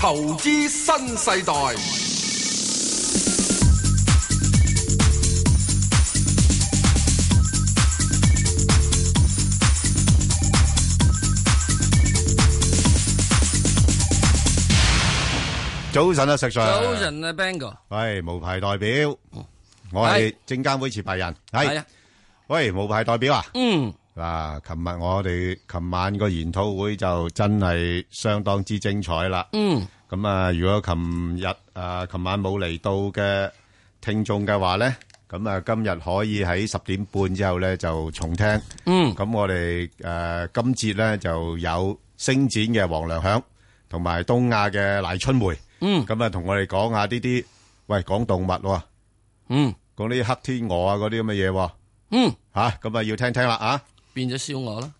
投資新世代，早晨啊，石Sir。早晨啊，Bang 哥，喂，無牌代表。我係證監會持牌人。係。係啊。喂，無牌代表啊？嗯，嗱，琴日我哋-琴晚個研討會就真係相當之精彩啦。嗯。咁啊，如果琴日，啊，琴晚冇嚟到嘅聽眾嘅話呢，咁啊，今日可以喺10點半之後呢就重聽。咁我哋，呃，今節呢就有星展嘅黃良響，同埋東亞嘅賴春梅。咁啊，同我哋講下呢啲，喂，講動物喎。嗯。講啲黑天鵝啊，嗰啲咁嘅嘢喎。嗯。吓，咁啊，要聽聽啦，啊。 變咗燒鵝啦。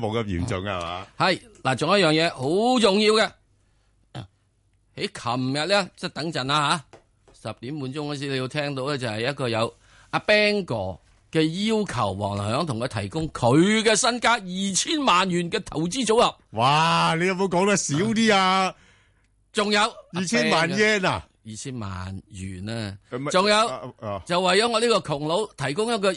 冇咁嚴重啊，係嘛？係嗱，仲有一樣嘢好重要嘅，啊喺琴日咧，即係等陣啦吓，十點半鐘嗰時你要聽到咧，就係一個有阿 Bang 哥嘅要求，黃良響同佢提供佢嘅身家二千萬元嘅投資組合，哇！你有冇講得少啲啊？仲有二千萬 yen 啊！二千萬元啊誒咪，仲有。啊啊就為咗我呢個窮佬提供一個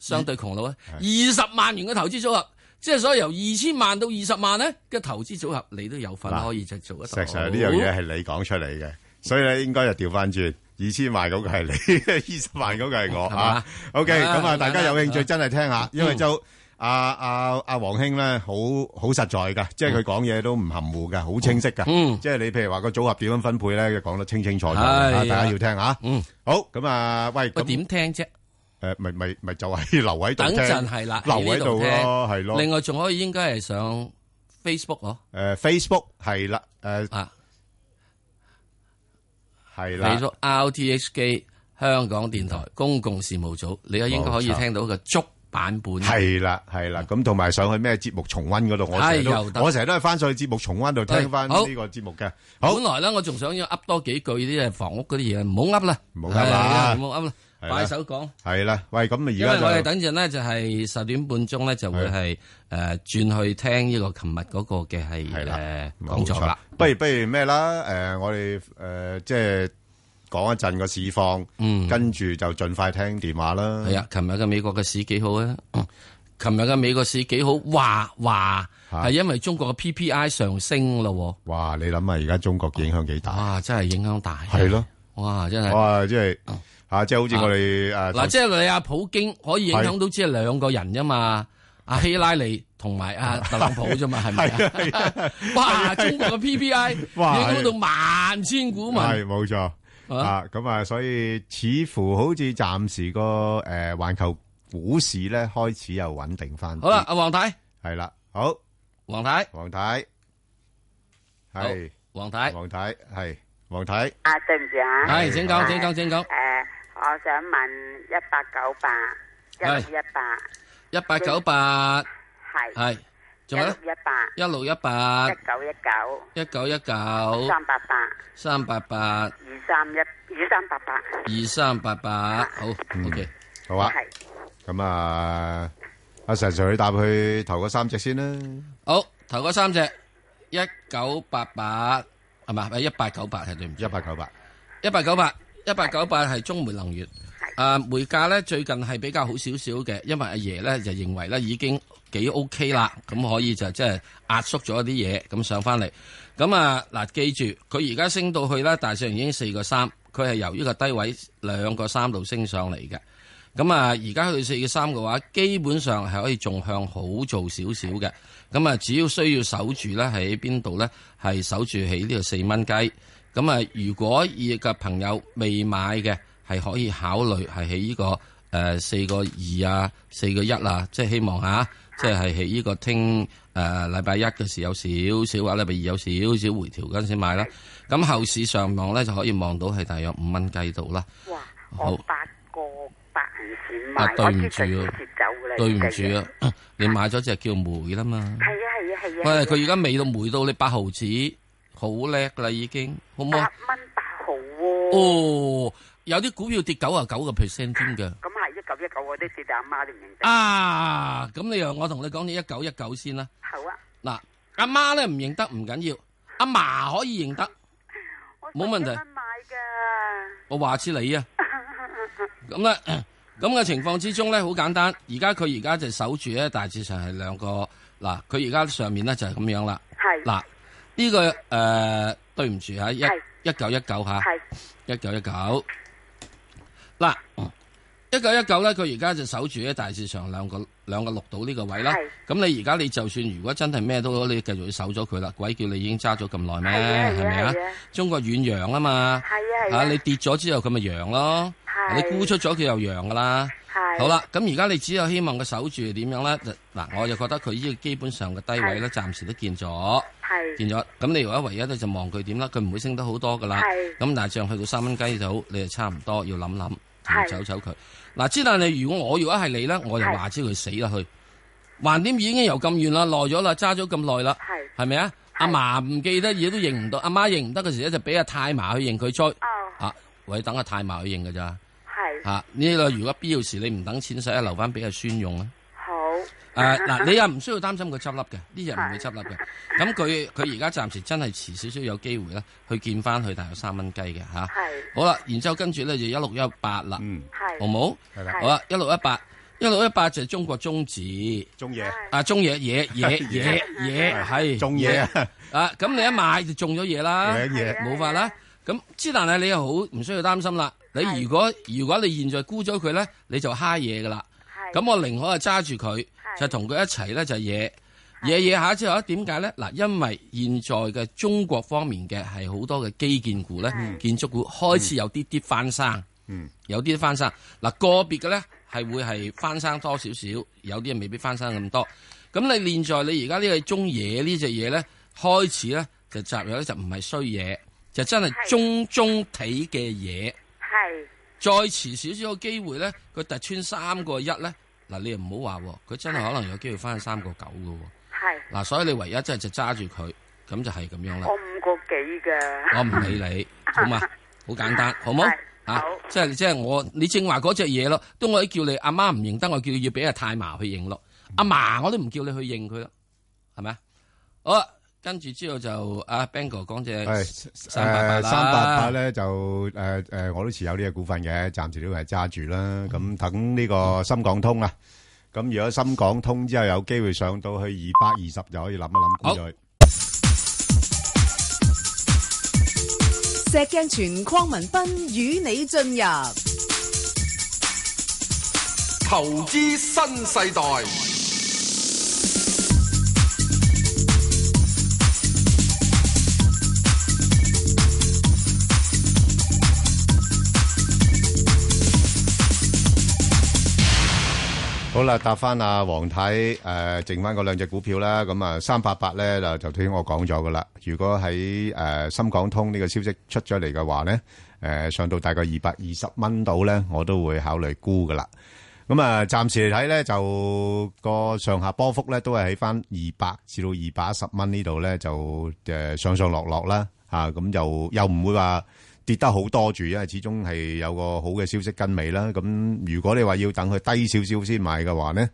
相對窮佬啊，二十萬元嘅投資組合，即係所以由二千萬到二十萬咧嘅投資組合，你都有份嗱可以就做得石到。 Sir 呢樣嘢係你講出嚟嘅，所以咧應該就調翻轉，二千萬嗰個係你， 二十萬嗰個係我係啊嘛。 OK，啊咁啊，係大家啦有興趣啊真係聽下，因為就阿阿阿黃兄咧，好好實在噶，即係佢講嘢都唔含糊噶，好清晰噶。嗯即係你譬如話個組合點樣分配咧，佢講得清清楚楚嘅，係啊啊大家要聽下。嗯，好咁啊，喂，喂咁點聽啫？誒，咪咪咪就係留喺度等聽，陣係啦，留喺呢喺度聽咯，係咯。另外仲可以應該係上 Facebook 咯，誒 Facebook 係啦，誒啊係啦，嗯，Facebook RTHK 香港電台公共事務組，你又應該可以冇錯聽到個足版本。係啦，係啦，咁同埋上去咩節目重温嗰度，我成係日都又得我成日都係翻上去節目重温度聽翻好呢個節目嘅。好本，來咧，我仲想要噏多幾句啲房屋嗰啲嘢，唔好噏啦，唔好噏啦係唔好噏啦，係啦擺手講。係啦，喂，咁因為我啊而哋家就等陣咧就係十點半鐘咧就會係誒轉去聽呢個琴日嗰個嘅係係啦誒，講座啦。冇錯不如不如咩啦？誒，我哋誒即係講一陣個市況，嗯跟住就盡快聽電話啦。係啊，琴日嘅美國嘅市幾好啊？ 嗯琴日嘅美國市幾好？話話嚇係因為中國嘅 PPI 上升咯哇，你諗下而家中國影響幾喎，大？哇！真係影響大。係咯，哇！真啊係哇，即係啊，即係好似我哋啊誒嗱，即係你阿普京可以影響到只係兩個人啫嘛，阿希拉里同 埋阿特朗普啫嘛，係咪啊？係啊 哇！中國嘅 PPI 影哇響到萬千股民。係冇錯啊啊！咁啊，所以似乎好似暫時個誒環球股市咧開始又穩定翻。好啦，，阿黃太，係啦，好，黃太。黃太係黃太，黃太係黃太 À, 啊，對唔住 Dạ. 啊，系請講，請講，請講，誒，我想問一八九八一六一八一八九八係係，一仲有六咧一八一六一八一九一九一九一九三八八二三八八三一二三八八二三八八，好，OK，好啊！係咁啊，阿石 Sir 你答佢頭嗰三隻先啦。好，頭嗰三隻一九八八係嘛？一八九八係對唔住一，八九八一八九八一八九八係中煤能源。啊，煤價咧最近係比較好少少嘅，因為阿爺咧就認為咧已經幾 OK 啦，咁可以就即係壓縮咗一啲嘢，咁上翻嚟。咁啊嗱，記住佢而家升到去咧，大致上已經四個三，佢係由呢個低位兩個三度升上嚟嘅。咁啊，而家去到四個三嘅話，基本上係可以仲向好做少少嘅。咁啊，只要需要守住咧，喺邊度咧？係守住喺呢個四蚊雞。咁啊，如果二嘅朋友未買嘅，係可以考慮係喺呢個誒四個二啊，四個一啊，即係希望嚇，即係係喺呢個聽誒禮拜一嘅時有少少啊，禮拜二有少少回調嗰陣先買啦。咁後市上望咧就可以望到係大約五蚊雞度啦。哇！好我八個八銀錢啊買，對我唔知住佢啊接走㗎啦，對唔呢隻住嘢！啊，你買咗只叫梅啦嘛。係啊係啊係啊！喂，係佢而啊家未到梅到你八毫子，好叻啦已經，好唔啊好？八蚊八毫喎，哦，有啲股票跌九啊九個 percent 添嘅。咁係一九一九我都跌到阿媽都唔 À. 認得。啊，咁你又我同你講你一九一九先啦。好啊，嗱，阿媽咧唔認得唔緊要，阿嫲可以認得，我冇問題11蚊買㗎，我話知你啊。咁咧， 咁嘅情況之中咧，好簡單。而家佢而家就守住咧，大致上係兩個嗱，佢而家上面咧就係咁樣啦。係嗱，呢、個誒、呃、對唔住嚇，一係一九一九嚇，係一九一九。嗱，哦一九一九咧，佢而家就守住咧，大致上兩個兩個六到呢個位啦係。咁你而家你就算如果真係咩都好，你繼續要守咗佢啦，鬼叫你已經揸咗咁耐係啊咩？係咪係啊啊係啊？中國遠洋啊嘛，係啊啊係你啊，跌咗之後佢咪揚咯，係你沽出咗佢又揚噶啦。係好啦，咁而家你只有希望佢守住係點樣咧？就嗱，我就覺得佢呢個基本上嘅低位咧，暫時都見咗。係見咗，咁你唯一唯一咧就望佢點啦，佢唔會升得好多噶啦。係咁但係上去到三蚊雞就好，你就差唔多要諗諗，要係走走佢。嗱，之但係如果我如果啊係你咧，我就話知佢死啦去。橫掂已經由咁遠啦，耐咗啦，揸咗咁耐啦，係係咪啊？阿嫲唔記得嘢都認唔到，阿媽認唔得嘅時咧就俾阿太嫲去認佢災。哦啊，喂，等阿太嫲去認㗎咋？係啊，呢個如果必要時你唔等錢使，留翻俾阿孫用啊。好 誒嗱、你又唔需要擔心佢執笠嘅，呢日唔會執笠嘅。咁佢佢而家暫時真係遲少少有機會咧，去見翻佢大約三蚊雞嘅嚇。係好啦，然之後跟住咧就一六一八啦，嗯，係好冇？係啦係好啦，一六一八，一六一八就係中國中指中嘢，啊，中嘢嘢 嘢嘢嘢係中嘢 啊，啊！咁你一買就中咗嘢啦，兩嘢冇法啦。咁之但係你又好唔需要擔心啦。你如果如果你現在沽咗佢咧，你就蝦嘢噶啦。係咁我寧可啊揸住佢，係就同佢一齊咧就嘢嘢嘢下之後，點解咧？嗱，因為現在嘅中國方面嘅係好多嘅基建股咧，嗯建築股開始有啲啲翻生，嗯，有啲翻生。嗱，個別嘅咧係會係翻生多少少，有啲未必翻生咁多。咁你現在你而家呢個中野呢只嘢咧，開始咧就集入咧就唔係衰嘢，就真係係中中體嘅嘢。係再遲少少嘅機會咧，佢突穿三個一咧，嗱你又唔好話喎，佢真係可能有機會翻去三個九嘅喎。係嗱，所以你唯一真係就揸住佢，咁就係咁樣哦啦我。五個幾㗎，我唔理你，好嘛？好簡單，好冇係？啊好，即係即係我，你正話嗰只嘢咯，都我都叫你阿媽唔認得，我叫你要俾阿太嫲去認咯。阿嫲我都唔叫你去認佢咯，係咪啊？好啦，跟住之後就阿 Bang 哥講只係三八八誒三八八咧就誒誒，我都持有呢只股份嘅，暫時都係揸住啦。咁等呢個深港通啊，咁如果深港通之後有機會上到去二百二十，就可以諗一諗估佢。石鏡泉邝文斌與你進入投資新世代，好啦，答翻阿黃太誒、剩翻嗰兩隻股票啦。咁啊，三八八咧就就頭先我講咗噶啦。如果喺誒、深港通呢個消息出咗嚟嘅話咧，誒、上到大概二百二十蚊度咧，我都會考慮沽噶啦。咁啊，暫時嚟睇咧，就個上下波幅咧都係喺翻二百至到二百一十蚊呢度咧，就誒、上上落落啦嚇。咁、就又唔會話跌得好多住，因為始終係有個好嘅消息跟尾啦。咁如果你話要等佢低少少先買嘅話咧，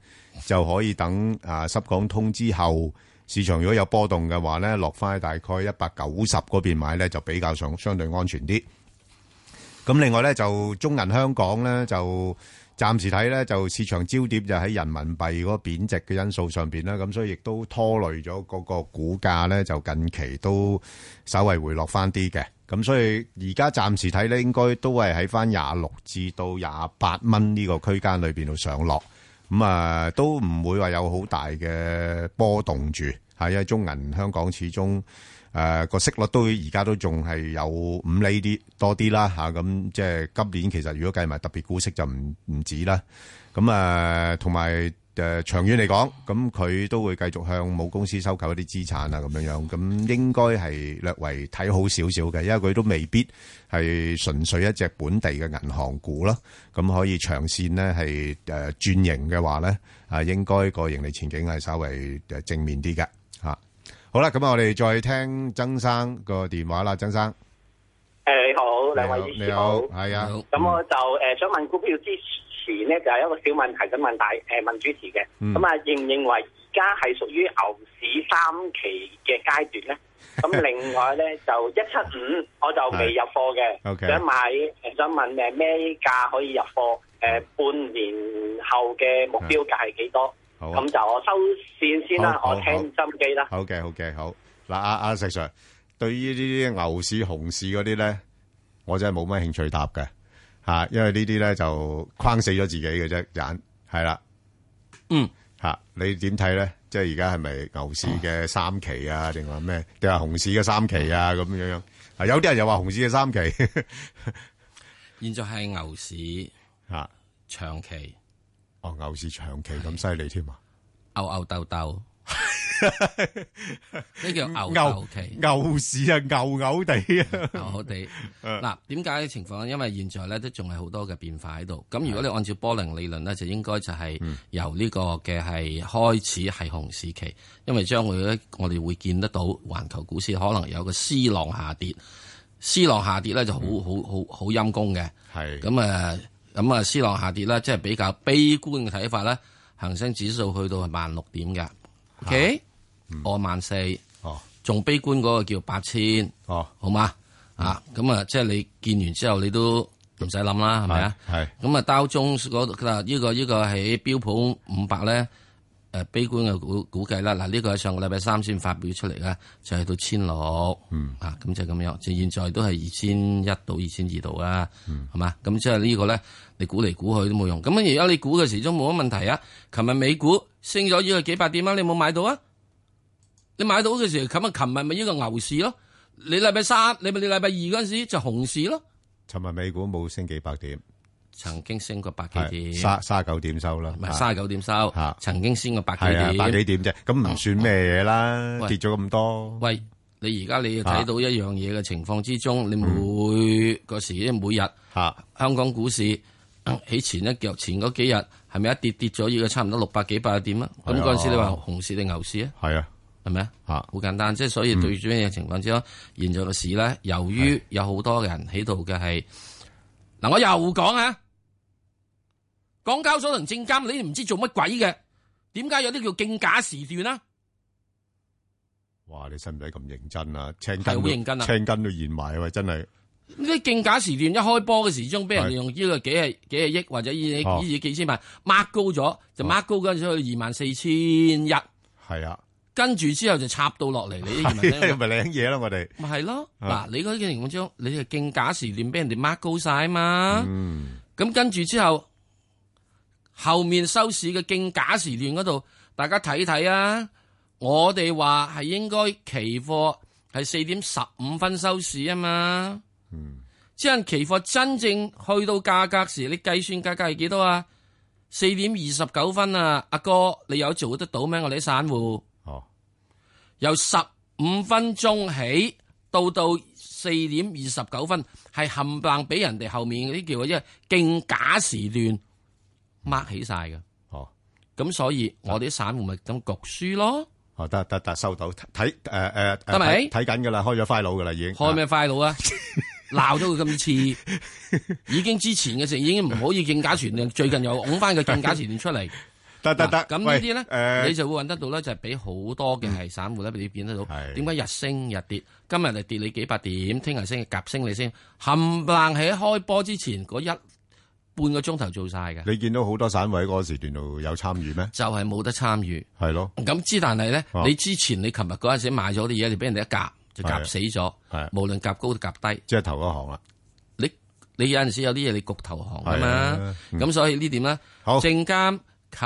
就可以等啊濕港通之後，市場如果有波動嘅話咧，落翻去大概一百九十嗰邊買咧，就比較上相對安全啲。咁另外咧就中銀香港咧就暫時睇咧就市場焦點就喺人民幣嗰個貶值嘅因素上邊啦，咁所以亦都拖累咗嗰個股價咧，就近期都稍為回落翻啲嘅。咁所以而家暫時睇咧，應該都係喺翻廿六至到廿八蚊呢個區間裏邊度上落。咁啊，都唔會話有好大嘅波動住，係因為中銀香港始終誒個息率都而家都仲係有五厘啲多啲啦嚇，咁、即係今年其實如果計埋特別股息就唔唔止啦，咁啊同埋誒長遠嚟講，咁佢都會繼續向母公司收購一啲資產啊咁樣樣，咁應該係略為睇好少少嘅，因為佢都未必係純粹一隻本地嘅銀行股啦。咁可以長線咧係誒轉型嘅話咧，啊應該個盈利前景係稍為誒正面啲嘅嚇。好啦，咁啊我哋再聽曾生個電話啦，曾生，誒你好，兩位主你持好，好。係啊，好咁我就誒、想問股票之前咧，就係、一個小問題想問大誒、問主持嘅。嗯 咁啊、認唔認為而家係屬於牛市三期嘅階段咧？咁另外咧就一七五我就未入貨嘅 OK 想買誒想問誒咩價可以入貨？誒、半年後嘅目標價係幾多？好咁啊就我收線先啦，好好我聽心機啦。好嘅，好嘅，好。嗱，阿阿石 Sir，對於呢啲牛市、熊市嗰啲咧，我真係冇乜興趣答嘅吓、嚇因為呢啲咧就框死咗自己嘅啫，眼係啦。嗯，吓、你點睇咧？即係而家係咪牛市嘅三期啊？定話咩？定話熊市嘅三期啊？咁樣樣啊？有啲人又話熊市嘅三期 現在係牛市吓、長期哦，牛市長期咁犀利添啊！牛牛鬥鬥，呢叫牛牛鬥期。牛市啊，牛牛地啊，我哋嗱，點解呢情況？因為現在咧都仲係好多嘅變化喺度。咁如果你按照波浪理論咧，就應該就係由呢個嘅係開始係熊市期，因為將會咧我哋會見得到環球股市可能有個 C 浪下跌，C 浪下跌咧就好好好好陰功嘅。係咁啊，咁啊，C 浪下跌啦，即係比較悲觀嘅睇法咧。恒生指數去到係萬六點嘅，OK，我萬四，哦仲悲觀嗰個叫八千。哦，好嘛？啊，咁啊，即係你見完之後，你都唔使諗啦，係咪啊？係咁啊，包中嗰度嗱，呢個呢個喺標普五百咧，誒悲觀嘅估估計啦，嗱呢個喺上個禮拜三先發表出嚟咧，就係到千六，嗯啊，咁就咁樣，即係現在都係二千一到二千二度啦，嗯係嘛？咁即係呢個咧，你估嚟估去都冇用。咁啊而家你估嘅時鐘冇乜問題啊。琴日美股升咗呢個幾百點啊，你冇買到啊？你買到嘅時候，咁啊，琴日咪呢個牛市咯。你禮拜三，你咪你禮拜二嗰陣時就熊市咯，尋日美股冇升幾百點。曾經升過百幾係點。三三九點收啦，唔係啊三十九點收啊，曾經先過百幾係啊，百幾點。點啫，咁唔算咩嘢啦，喂跌咗咁多，喂，你而家你要啊睇到一樣嘢嘅情況之中，你每個時每日吓香港股市 呃喺前一腳前嗰幾日係咪一跌跌咗要差唔多六百幾百點啊？咁係啊嗰陣時你話熊市定牛市啊？係啊，嗯係咪啊？吓好簡單，即係所以對住呢嘅情況之下，現在嘅市咧，由於有好多人喺度嘅係，嗱我又講啊，港交所同證監你哋唔知做乜鬼嘅，點解有啲叫競價時段啦？啊哇！你使唔使咁認真啊？青筋係好都認真啊青筋都現埋啊！喂，真係 呢啲競價時段一開波嘅時鐘，俾係人用呢個幾係幾係億或者呢哦呢幾千萬 mark 高咗，就 mark 高嗰陣時去二萬四千一，係啊，跟住之後就插到落嚟你呢二萬 係啊咪領嘢啦，我哋咪係咯，啊嗱，你嗰啲情況之中，你係競價時段俾人哋 mark 高晒啊嘛，嗯咁、跟住之後，後面收市嘅競價時段嗰度，大家睇睇啊，我哋話係應該期貨係四點十五分收市啊嘛，嗯即係期貨真正去到價格時，你計算價格係幾多啊？四點二十九分啊，阿哥，你有做得到咩？我哋啲散戶。哦由十五分鐘起到到四點二十九分，係冚唪唥俾人哋後面嗰啲叫因為競價時段 mark 起晒嘅。哦咁所以我哋啲散户咪咁焗輸咯，哦，得得得，收到睇誒誒，得未睇睇緊㗎啦，開咗 file 㗎啦已經，開咩快佬啊？鬧咗佢咁次，已經之前嘅事已經唔可以競價時段，最近又拱翻個競價時段出嚟。得得得，嗱咁呢啲喂誒嗯咧，你就會揾得到咧，就係俾好多嘅係散户咧，你見得到係點解日升日跌，今日就跌你幾百點，聽日升夾升你先，冚唪唥喺開波之前嗰一半個鐘頭做晒嘅，你見到好多散位嗰個時段度有參與咩？就係冇得參與。係咯，咁之但係咧啊，你之前你琴日嗰陣時買咗啲嘢，就俾人哋一夾就係啊夾死咗係啊，無論夾高定夾低。即係頭嗰行啦。你你有陣時有啲嘢你焗投降啊係啊嘛，咁、所以呢點咧，好證監及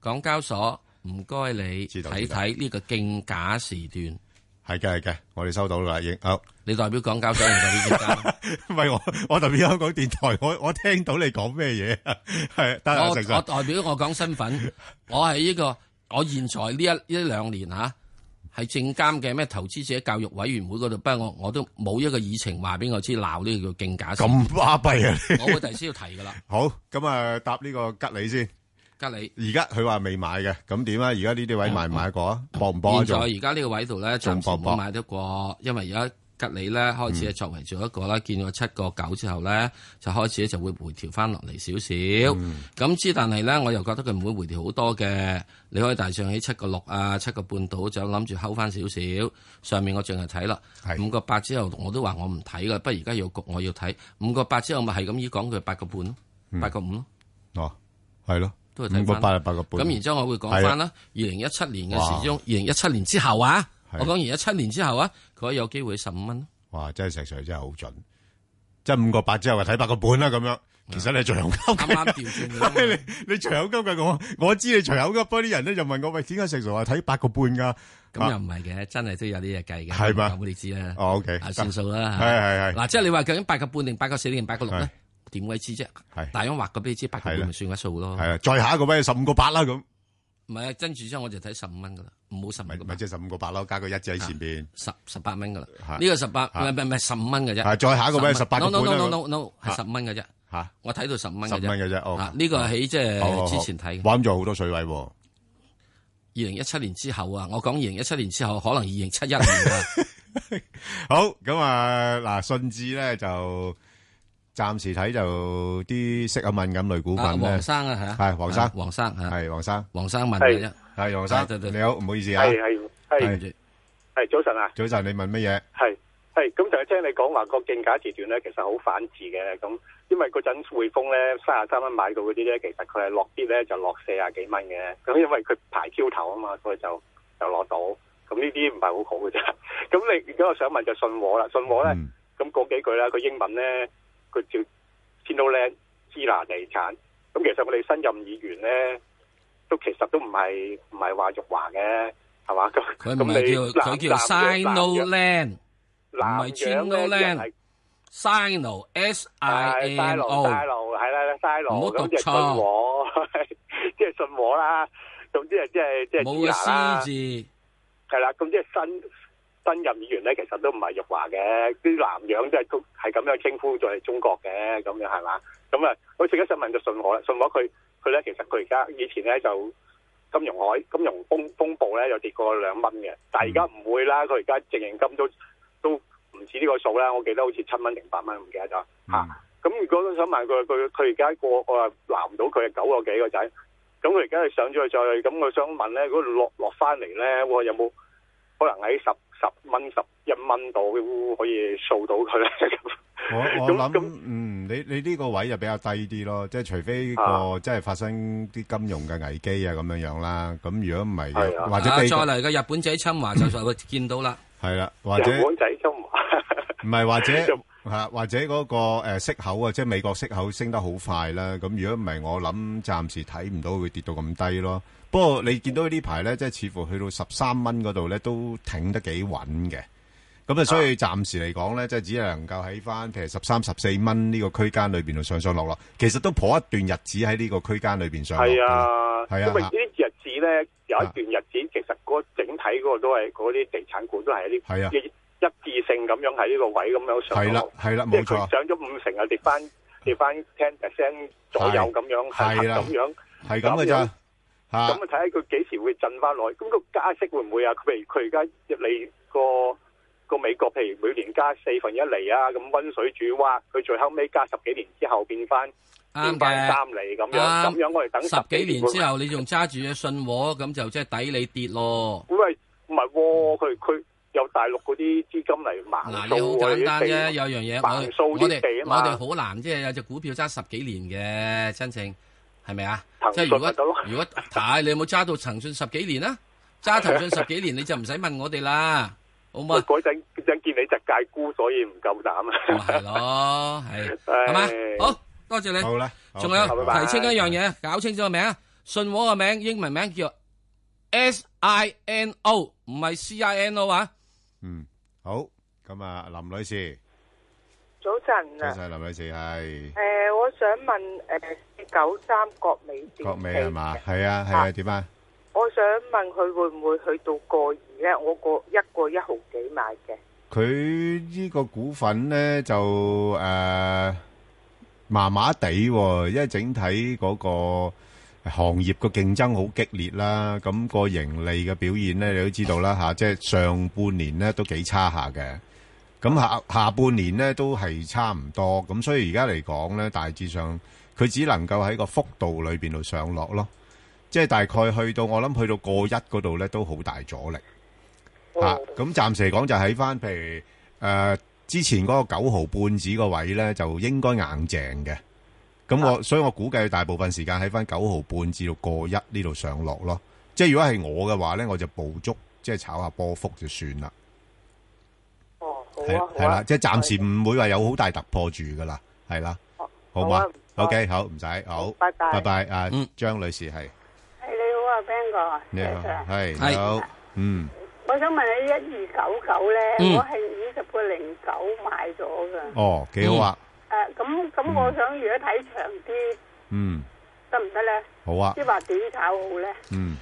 港交所唔該你知道睇睇呢個競價時段，係嘅係嘅，我哋收到啦，已經好。你代表港交所定代表證監？唔係我，我代表香港電台，我我聽到你講咩嘢， 係我得啊，我成實代表我講身份，我係呢、個我現在呢一呢兩年嚇。係證監嘅咩投資者教育委員會嗰度，不過我我都冇一個議程話俾我知鬧呢個叫競價時段，咁巴閉啊！你 我會第時要提噶啦。好，咁啊，答呢個吉利先。吉你而家佢話未買嘅，咁點啊？而家呢啲位買唔買過啊？搏唔搏啊？現在仲而家呢個位度咧，仲暫時搏搏冇買得過，因為而家吉利咧開始作為做一個嗯啦，見咗七個九之後咧，就開始就會回調翻落嚟少少。嗯咁之、但係咧，我又覺得佢唔會回調好多嘅。你可以大上起七個六啊，七個半度就諗住睺翻少少。上面我淨係睇啦，係五個八之後我都話我唔睇噶，不過而家有局我要睇五個八之後咪係咁依講佢八個半咯，八個五咯。哦，係咯，都係睇返嗯五個八係八個半。啊咁然之後，我會講翻啦。二零一七年嘅時鐘，二零一七年之後啊，係我講二零一七年之後啊，佢有機會十五蚊。哇！真係石 Sir 真係好準，即係五個八之後就睇八個半啦咁樣。其實你係最有鳩啱啱調轉佢啊嘛嘅， 你你最有鳩嘅我，我知你最有鳩。不過啲人咧就問我喂，點解石 Sir 話睇八個半㗎？咁又唔係嘅，真係都有啲嘢計嘅。啊係嘛咁你知啦。哦，OK，啊，算數啦。係係係嗱，即係你話究竟八個半定八個四定八個六係咧？點鬼知啫係？大樣畫個俾你知，八個係啦半咪算個數咯。係啊，再下一個位十五個八啦咁，唔係啊，跟住之後我就睇十五蚊噶啦，唔好十五咪個咪八，即係十五個八咯，加個一字喺前邊。十十八蚊噶啦嚇。呢個十八唔嚇係唔係唔係十五蚊嘅係啫。再下一個10位18個 No 半 no no 啦咁 no no no 係嚇十五蚊嘅啫。嚇，我睇到十五蚊十嘅五啫。蚊嘅啫哦啊呢個喺即好係之前睇嘅。玩咗好多水位喎。二零一七年之後啊，我講二零一七年之後，可能二零 七一年啊，好咁啊！嗱，信置咧就暫時睇就啲息口敏感類股啊份咧黃，生啊嚇，係黃生啊黃生嚇，係黃生，黃生問嘅啫，係黃生係對，對你好，唔好意思啊，係係係係係早晨啊，早晨你問乜嘢？係係咁就係聽你講話個競價時段咧，其實好反智嘅咁，因為嗰陣匯豐咧三十三蚊買到嗰啲咧，其實佢係落啲咧就落四啊幾蚊嘅，咁因為佢排挑頭啊嘛，所以就就攞到。咁呢啲唔係好好嘅啫。 咁你而家我想問就信和啦，信和咧。嗯咁講幾句啦，佢英文咧，佢叫 p i n o l a n 支拿地產。咁其實我哋新任議員咧，都其實都唔係唔係話玉華嘅，係嘛？咁佢咁唔你係叫佢叫 Sinoland，Sino 南洋咧， Sinoland 係 S 係 I 西 N 路 O，西路係啦，西唔好路讀咁即係信錯和， 即係信和啦。總之係即係即係冇個支拿啦 C，字，係啦。咁即係新新任議員咧，其實都唔係玉華嘅，啲南洋即係都係咁樣稱呼咗係中國嘅咁樣係嘛？咁啊，我而家想問就信和啦，信和佢佢咧其實佢而家以前咧就金融海金融風風暴咧有跌過兩蚊嘅，但係而家唔會啦，佢而家淨現金都都唔止呢個數啦，我記得好似七蚊定八蚊唔記得咗嚇。咁、如果都想問佢佢佢而家個我話鬧唔到佢係九個幾個仔，咁佢而家係上咗去再咁，我想問咧，如果落落翻嚟咧，我有冇可能喺十十蚊十一蚊度可以掃到佢咧？我我咁諗咁嗯，你你呢個位就比較低啲咯，即係除非個啊即係發生啲金融嘅危機啊咁樣樣啦。咁如果唔係係，啊或者啊被再嚟個日本仔侵華就就見到 啦，係啦，或者日本仔都唔 唔係或者就吓或者嗰個誒息口啊，即係美國息口升得好快啦。咁如果唔係，我諗暫時睇唔到會跌到咁低咯。不過你見到呢排咧，即係似乎去到十三蚊嗰度咧，都挺得幾穩嘅。咁啊，所以暫時嚟講咧，即係只係能夠喺翻譬如十三、十四蚊呢個區間裏邊度上上落落，其實都頗一段日子喺呢個區間裏邊上落㗎係啦。啊，係啊因為呢啲日子咧有一段日子，其實嗰整體嗰個都係嗰啲地產股都係呢係啊一一致性咁樣喺呢個位咁樣上係啦落，，係啦，即冇係錯佢，上咗五成啊，跌翻跌翻 ten percent 左右咁樣，係係啦咁樣，係咁嘅咋咁嚇啊睇下佢幾時會震翻落去。咁個加息會唔會啊？譬如佢而家嚟個個美國，譬如每年加四分一厘啊，咁温水煮蛙，佢最後尾加十幾年之後變翻啱變翻嘅。三厘咁樣，啱咁樣我哋等十幾年會之後你仲揸住只信和，咁就即係抵你跌咯。喂，唔係喎，佢佢有大陸嗰啲資金嚟盲嗱，你掃好嗰啲簡單啫，地，有樣嘢盲掃我我哋啲地啊我嘛哋好難，即係有隻股票揸十幾年嘅，真正係咪啊？騰即係訊如果咪得咯 如果太你有冇揸到騰訊十幾年啊？揸騰訊十幾年你就唔使問我哋啦，好嘛我？嗰陣嗰陣見你就戒沽，所以唔夠膽咪係啊。咯，係唉係嘛？好多謝好你。啦，好仲有啊拜提清一樣嘢，搞清楚個名啊！信和個名英文名叫 S I N O，唔係 C I N O 啊。嗯好咁啊，林女士。早晨啊，早晨，林女士，係。诶、我想問诶九三國美電器國美係嘛？係啊，係啊，啊。點啊？我想問佢會唔會去到個二咧？我個一個一毫幾買嘅，佢呢個股份呢，就，呃，麻麻地喎，因為整體嗰個行業個競爭好激烈啦，咁個盈利嘅表現呢，你都知道啦吓，即係上半年呢，都幾差下嘅。咁咁下下半年咧都係差唔多，咁所以而家嚟講咧，大致上佢只能夠喺個幅度裏邊度上落咯，即係大概去到我諗去到過一嗰度咧都好大阻力嚇。哦啊咁、暫時嚟講就喺翻譬如誒、呃之前嗰個九毫半子個位咧就應該硬淨嘅，咁啊我、所以我估計大部分時間喺翻九毫半至到過一呢度上落咯。即係如果係我嘅話咧，我就捕捉即係炒下波幅就算啦。哦，好係啊，係啦，即係暫時唔會話有好大突破住噶啦，係啦，好好嘛啊唔該？OK，好，唔使，好，拜拜拜拜，啊，張女士係，系你好啊，Ben 哥，你好， Sir，係，係你好，嗯，我想問你一二九九咧，嗯我係五十個零九買咗噶。哦，幾好啊，诶，咁咁，我想如果睇長啲嗯，得唔得咧？好啊即，嗯係話點炒好咧？嗯，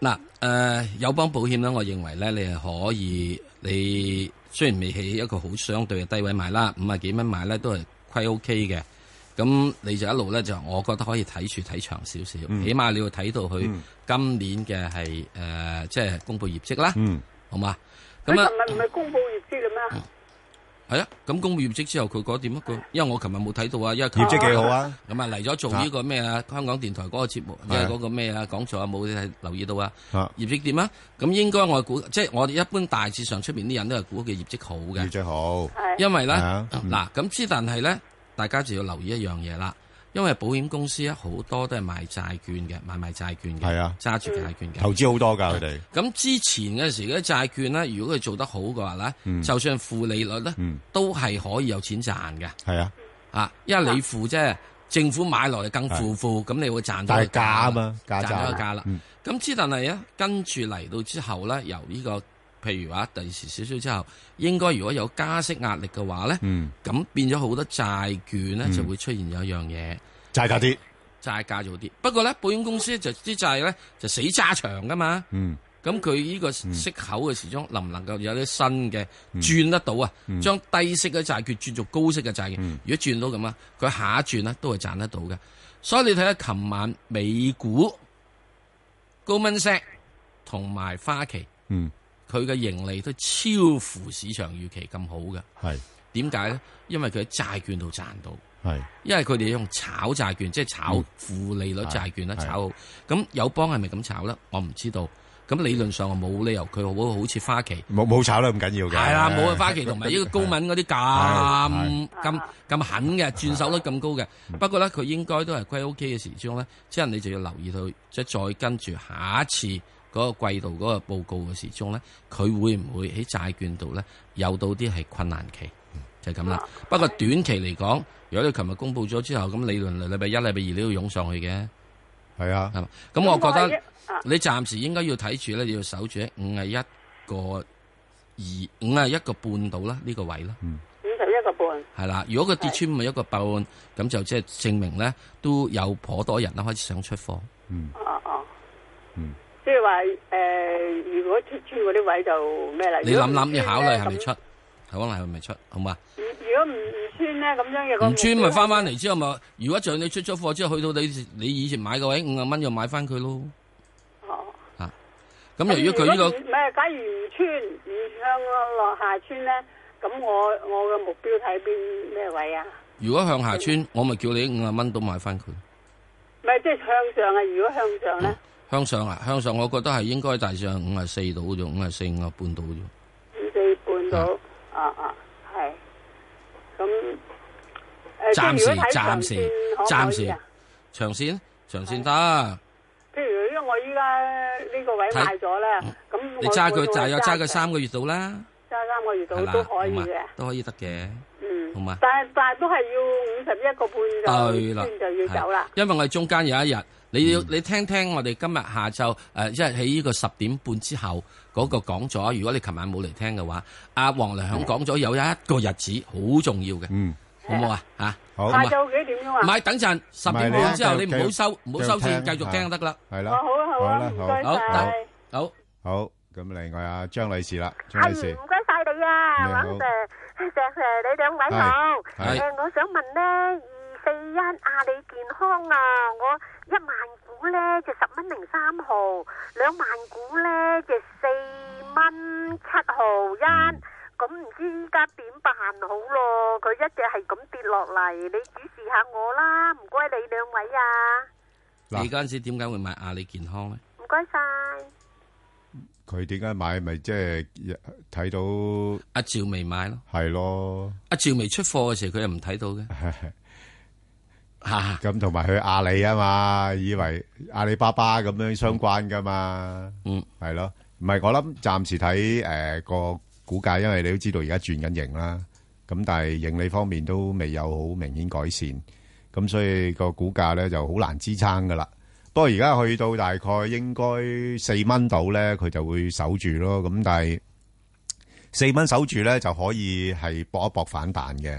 嗱，誒、友邦保險咧，我認為咧，你係可以，你雖然未起一個好相對嘅低位買啦，五啊幾蚊買咧都係虧 OK 嘅。咁你就一路咧就，我覺得可以睇住睇長少少，嗯起碼你要睇到佢嗯今年嘅係誒，即係公佈業績啦，嗯，好嘛？佢咁啊，琴日唔係公布業績嘅咩？係啊，咁公佈業績之後佢嗰點啊？佢因為我琴日冇睇到啊，因為琴日業績幾好啊，咁啊嚟咗做呢個咩啊？香港電台嗰個節目，即係嗰個咩啊講座啊，冇睇留意到啊？啊，業績點啊？咁應該我估，即係我哋一般大致上出面啲人都係估佢業績好業嘅，績好，係因為咧係啊嗯嗱咁之，但係咧大家就要留意一樣嘢啦，因為保險公司咧好多都係賣債券嘅，買賣債券係嘅，啊揸住債券投嘅。資好多㗎佢哋，咁之前嘅時嗰啲債券咧，如果佢做得好嘅話咧，嗯就算係負利率咧，嗯，都係可以有錢賺嘅係啊，啊，因為你負啫，政府買落嚟更負負，咁你會賺到但個係價啊啦嘛，賺價咗個價賺啦。嗯咁之但係咧，啊跟住嚟到之後咧，由呢、個譬如話第時少少之後，應該如果有加息壓力嘅話咧，嗯，咁變咗好多債券咧嗯就會出現有一樣嘢債價啲，債價咗啲。不過咧，保險公司就啲債咧就死揸長噶嘛。嗯，咁佢呢個息口嘅時鐘能唔能夠有啲新嘅轉得到啊？嗯將低息嘅債券轉做高息嘅債券，嗯如果轉到咁啊，佢下一轉咧都係賺得到嘅。所以你睇下琴晚美股高蚊石同埋花旗，嗯，佢嘅盈利都超乎市場預期咁好嘅。係，點解咧？因為佢喺債券度賺到。係，因為佢哋用炒債券，即係炒負利率債券啦，係炒好。咁友邦係咪咁炒咧？我唔知道。咁理論上我冇理由佢好好似花旗，冇冇炒得咁緊要嘅，係啦，冇啊花旗同埋呢個高敏嗰啲咁係咁咁狠嘅轉手率咁高嘅。不過咧，佢應該都係歸 OK 嘅時鐘咧，即係你就要留意到，即係再跟住下一次嗰個季度嗰個報告嘅時鐘咧，佢會唔會喺債券度咧有到啲係困難期？嗯就係咁啦。不過短期嚟講，如果你琴日公佈咗之後，咁理論禮拜一、禮拜二你都要湧上去嘅，係啊，係嘛？咁我覺得係一啊你暫時應該要睇住咧，你要守住喺五啊一個二、五啊一個半度啦，呢個位啦，五十一個半，係啦。如果佢跌穿五啊一個半，咁就即係證明咧都有頗多人啦開始想出貨。嗯，哦哦嗯。即係話誒，如果脱穿嗰啲位就咩啦？你諗諗，要考慮係咪如出？考慮係咪出？好嘛？果唔穿咧？咁如如果唔唔穿咧，咁樣有個唔穿目咪標翻翻嚟之後咪，如果就你出咗貨之後，去到你你以前買個位五啊蚊，又買翻佢咯。哦咁由於佢呢如個果唔唔係，假如唔穿唔向落下穿咧，咁我我嘅目標睇邊咩位啊？如果向下穿，我咪叫你五啊蚊都買翻佢。唔係即係向上啊！如果向上咧，向上啊，向上，我覺得係應該大致上五啊四度啫，五啊四五啊半度啫。五四半到啊啊，係咁誒。即係暫時如果睇長暫時線可唔可以啊暫時長線長線得，譬如因為我依家呢個位睇嗯賣咗啦，咁你我揸會佢會大約揸長佢三個月度啦，揸三個月到係啦，都可以好嘛嘅，都可以得嘅。嗯。好嘛但係但係都係要五十一個半對就啦穿就要走啦。因為我哋中間有一日，你要你聽聽我哋今日下晝誒，即係喺呢個十點半之後嗰個講座。如果你琴晚冇嚟聽嘅話，阿黃良響講咗有一個日子好重要嘅，嗯，好唔好啊？嚇！好，下晝幾點鐘唔啊？係，等陣十點半之後你唔好收唔好收線，繼續聽就得啦。係哦，啦，好啊，好好啦啊，唔該好晒。好，好，咁另外啊，張女士啦，啊張女士，唔該晒你啊，你黃好 Sir、石 Sir，你兩位係好。係誒，呃我想問咧，二四一阿里健康啊，我一萬股咧就十蚊零三毫，兩萬股咧就四蚊七毫一。咁唔知知依家點辦好咯。佢一直係咁跌落嚟，你指示下我啦，唔該你兩位啊，你嗰阵时点解會買阿里健康咧？唔該晒。佢點解買咪即係睇到阿趙薇買咯，係咯，阿趙薇出貨嘅時候佢又唔睇到嘅， 吓咁同埋去阿里啊嘛，以為阿里巴巴咁樣相關噶嘛，嗯，係咯，唔係我諗暫時睇誒個股價，因為你都知道而家轉緊型啦，咁但係盈利方面都未有好明顯改善，咁所以個股價咧就好難支撐噶啦。不過而家去到大概應該四蚊度咧，佢就會守住咯，咁但係。四蚊守住咧就可以係搏一搏反彈嘅。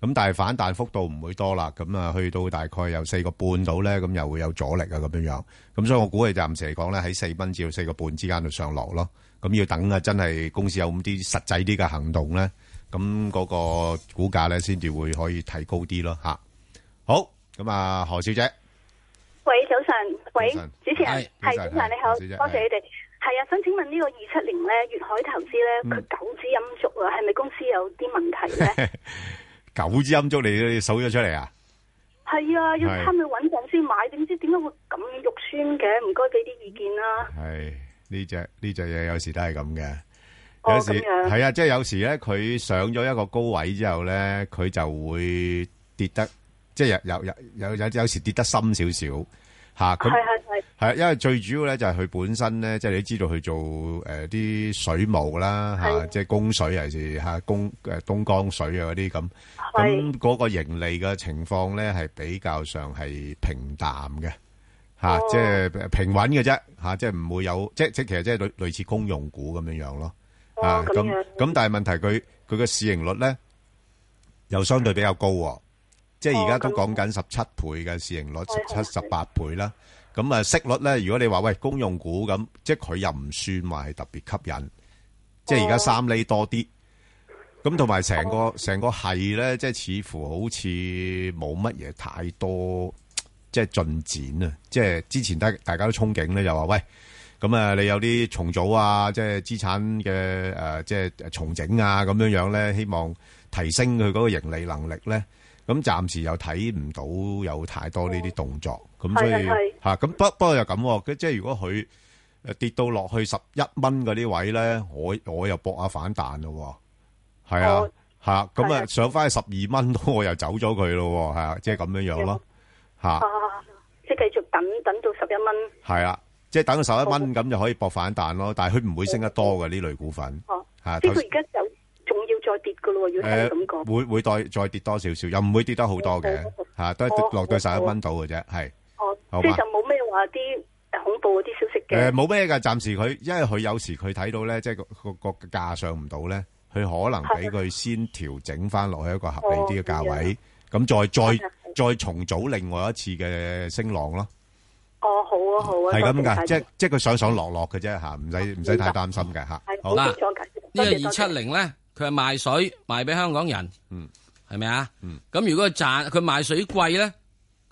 咁但係反彈幅度唔會多啦，咁啊去到大概有四個半到咧，咁又會有阻力啊咁樣樣。咁所以我估計暫時嚟講咧，喺四蚊至到四個半之間度上落咯。咁要等啊，真係公司有咁啲實際啲嘅行動咧，咁嗰個股價咧先至會可以提高啲咯吓。好，咁啊何小姐，喂，早晨，喂早晨，主持人係，係早晨早晨，你好，早晨多謝你哋。係啊，想請問呢個二七零咧，粵海投資咧，佢嗯九支陰燭啊，係咪公司有啲問題 咧？九支陰燭你你數咗出嚟啊？係啊，要係貪佢穩陣先買，點知點解會咁肉酸嘅？唔該俾啲意見啦。系呢只呢只嘢有時都係咁嘅，哦有時咁樣係啊，即係有時咧，佢上咗一個高位之後咧，佢就會跌得，即係有有有有有有時跌得深少少係吓，係咁係。係因為最主要咧就係佢本身咧，即係你知道佢做诶啲、水務啦吓，係即係供水尤其是吓供诶東江水啊嗰啲咁，咁係嗰個盈利嘅情況咧係比較上係平淡嘅。吓，即係平穩嘅啫，吓，即係唔會有，即即其實即係類類似公用股咁樣樣咯。啊，咁咁樣咁，但係問題佢佢嘅市盈率咧，又相對比較高喎，即係而家都講緊十七倍嘅市盈率，十七十八倍啦。咁啊，息率咧，如果你話喂公用股咁，即係佢又唔算話係特別吸引，即係而家三厘多啲。咁同埋成個成個係咧，即係似乎好似冇乜嘢太多即係進展啊！即係之前大大家都憧憬咧，就話喂，咁啊，你有啲重組啊，即係資產嘅诶、呃即係重整啊，咁樣樣咧，希望提升佢嗰個盈利能力咧。咁暫時又睇唔到有太多呢啲動作，咁所以係係嚇咁不不過又咁喎，佢即係如果佢誒跌到落去十一蚊嗰啲位咧，我我又搏下反彈咯喎，係啊哦嚇，咁係啊啊上翻去十二蚊 都我又走咗佢咯喎，係啊，即係咁樣樣咯嚇，啊，即係繼續等等到十一蚊。係啊，即係等到十一蚊咁就可以搏反彈咯，但係佢唔會升得多嘅呢類股份哦，嚇，即係啊頭佢而家就仲要再跌噶咯喎，如果係咁誒講。會會再再跌多少少，又唔會跌得好多嘅嚇，都係跌落到十一蚊到嘅啫，係。哦，好即吧係就冇咩話啲恐怖嗰啲消息诶，嘅。冇咩噶，暫時佢，因為佢有時佢睇到咧，即係個個個價上唔到咧，佢可能俾佢先調整翻落去一個合理啲嘅價位，咁再再再重組另外一次嘅升浪咯，哦，好啊，好啊，係咁多謝噶，晒即係即係佢上上落落嘅啫吓，唔使唔使太擔心嘅吓。係好好清楚嘅。呢多個謝二多七謝零咧，佢係賣水賣俾香港人，嗯，係咪啊？嗯，咁如果佢賺佢賣水貴咧，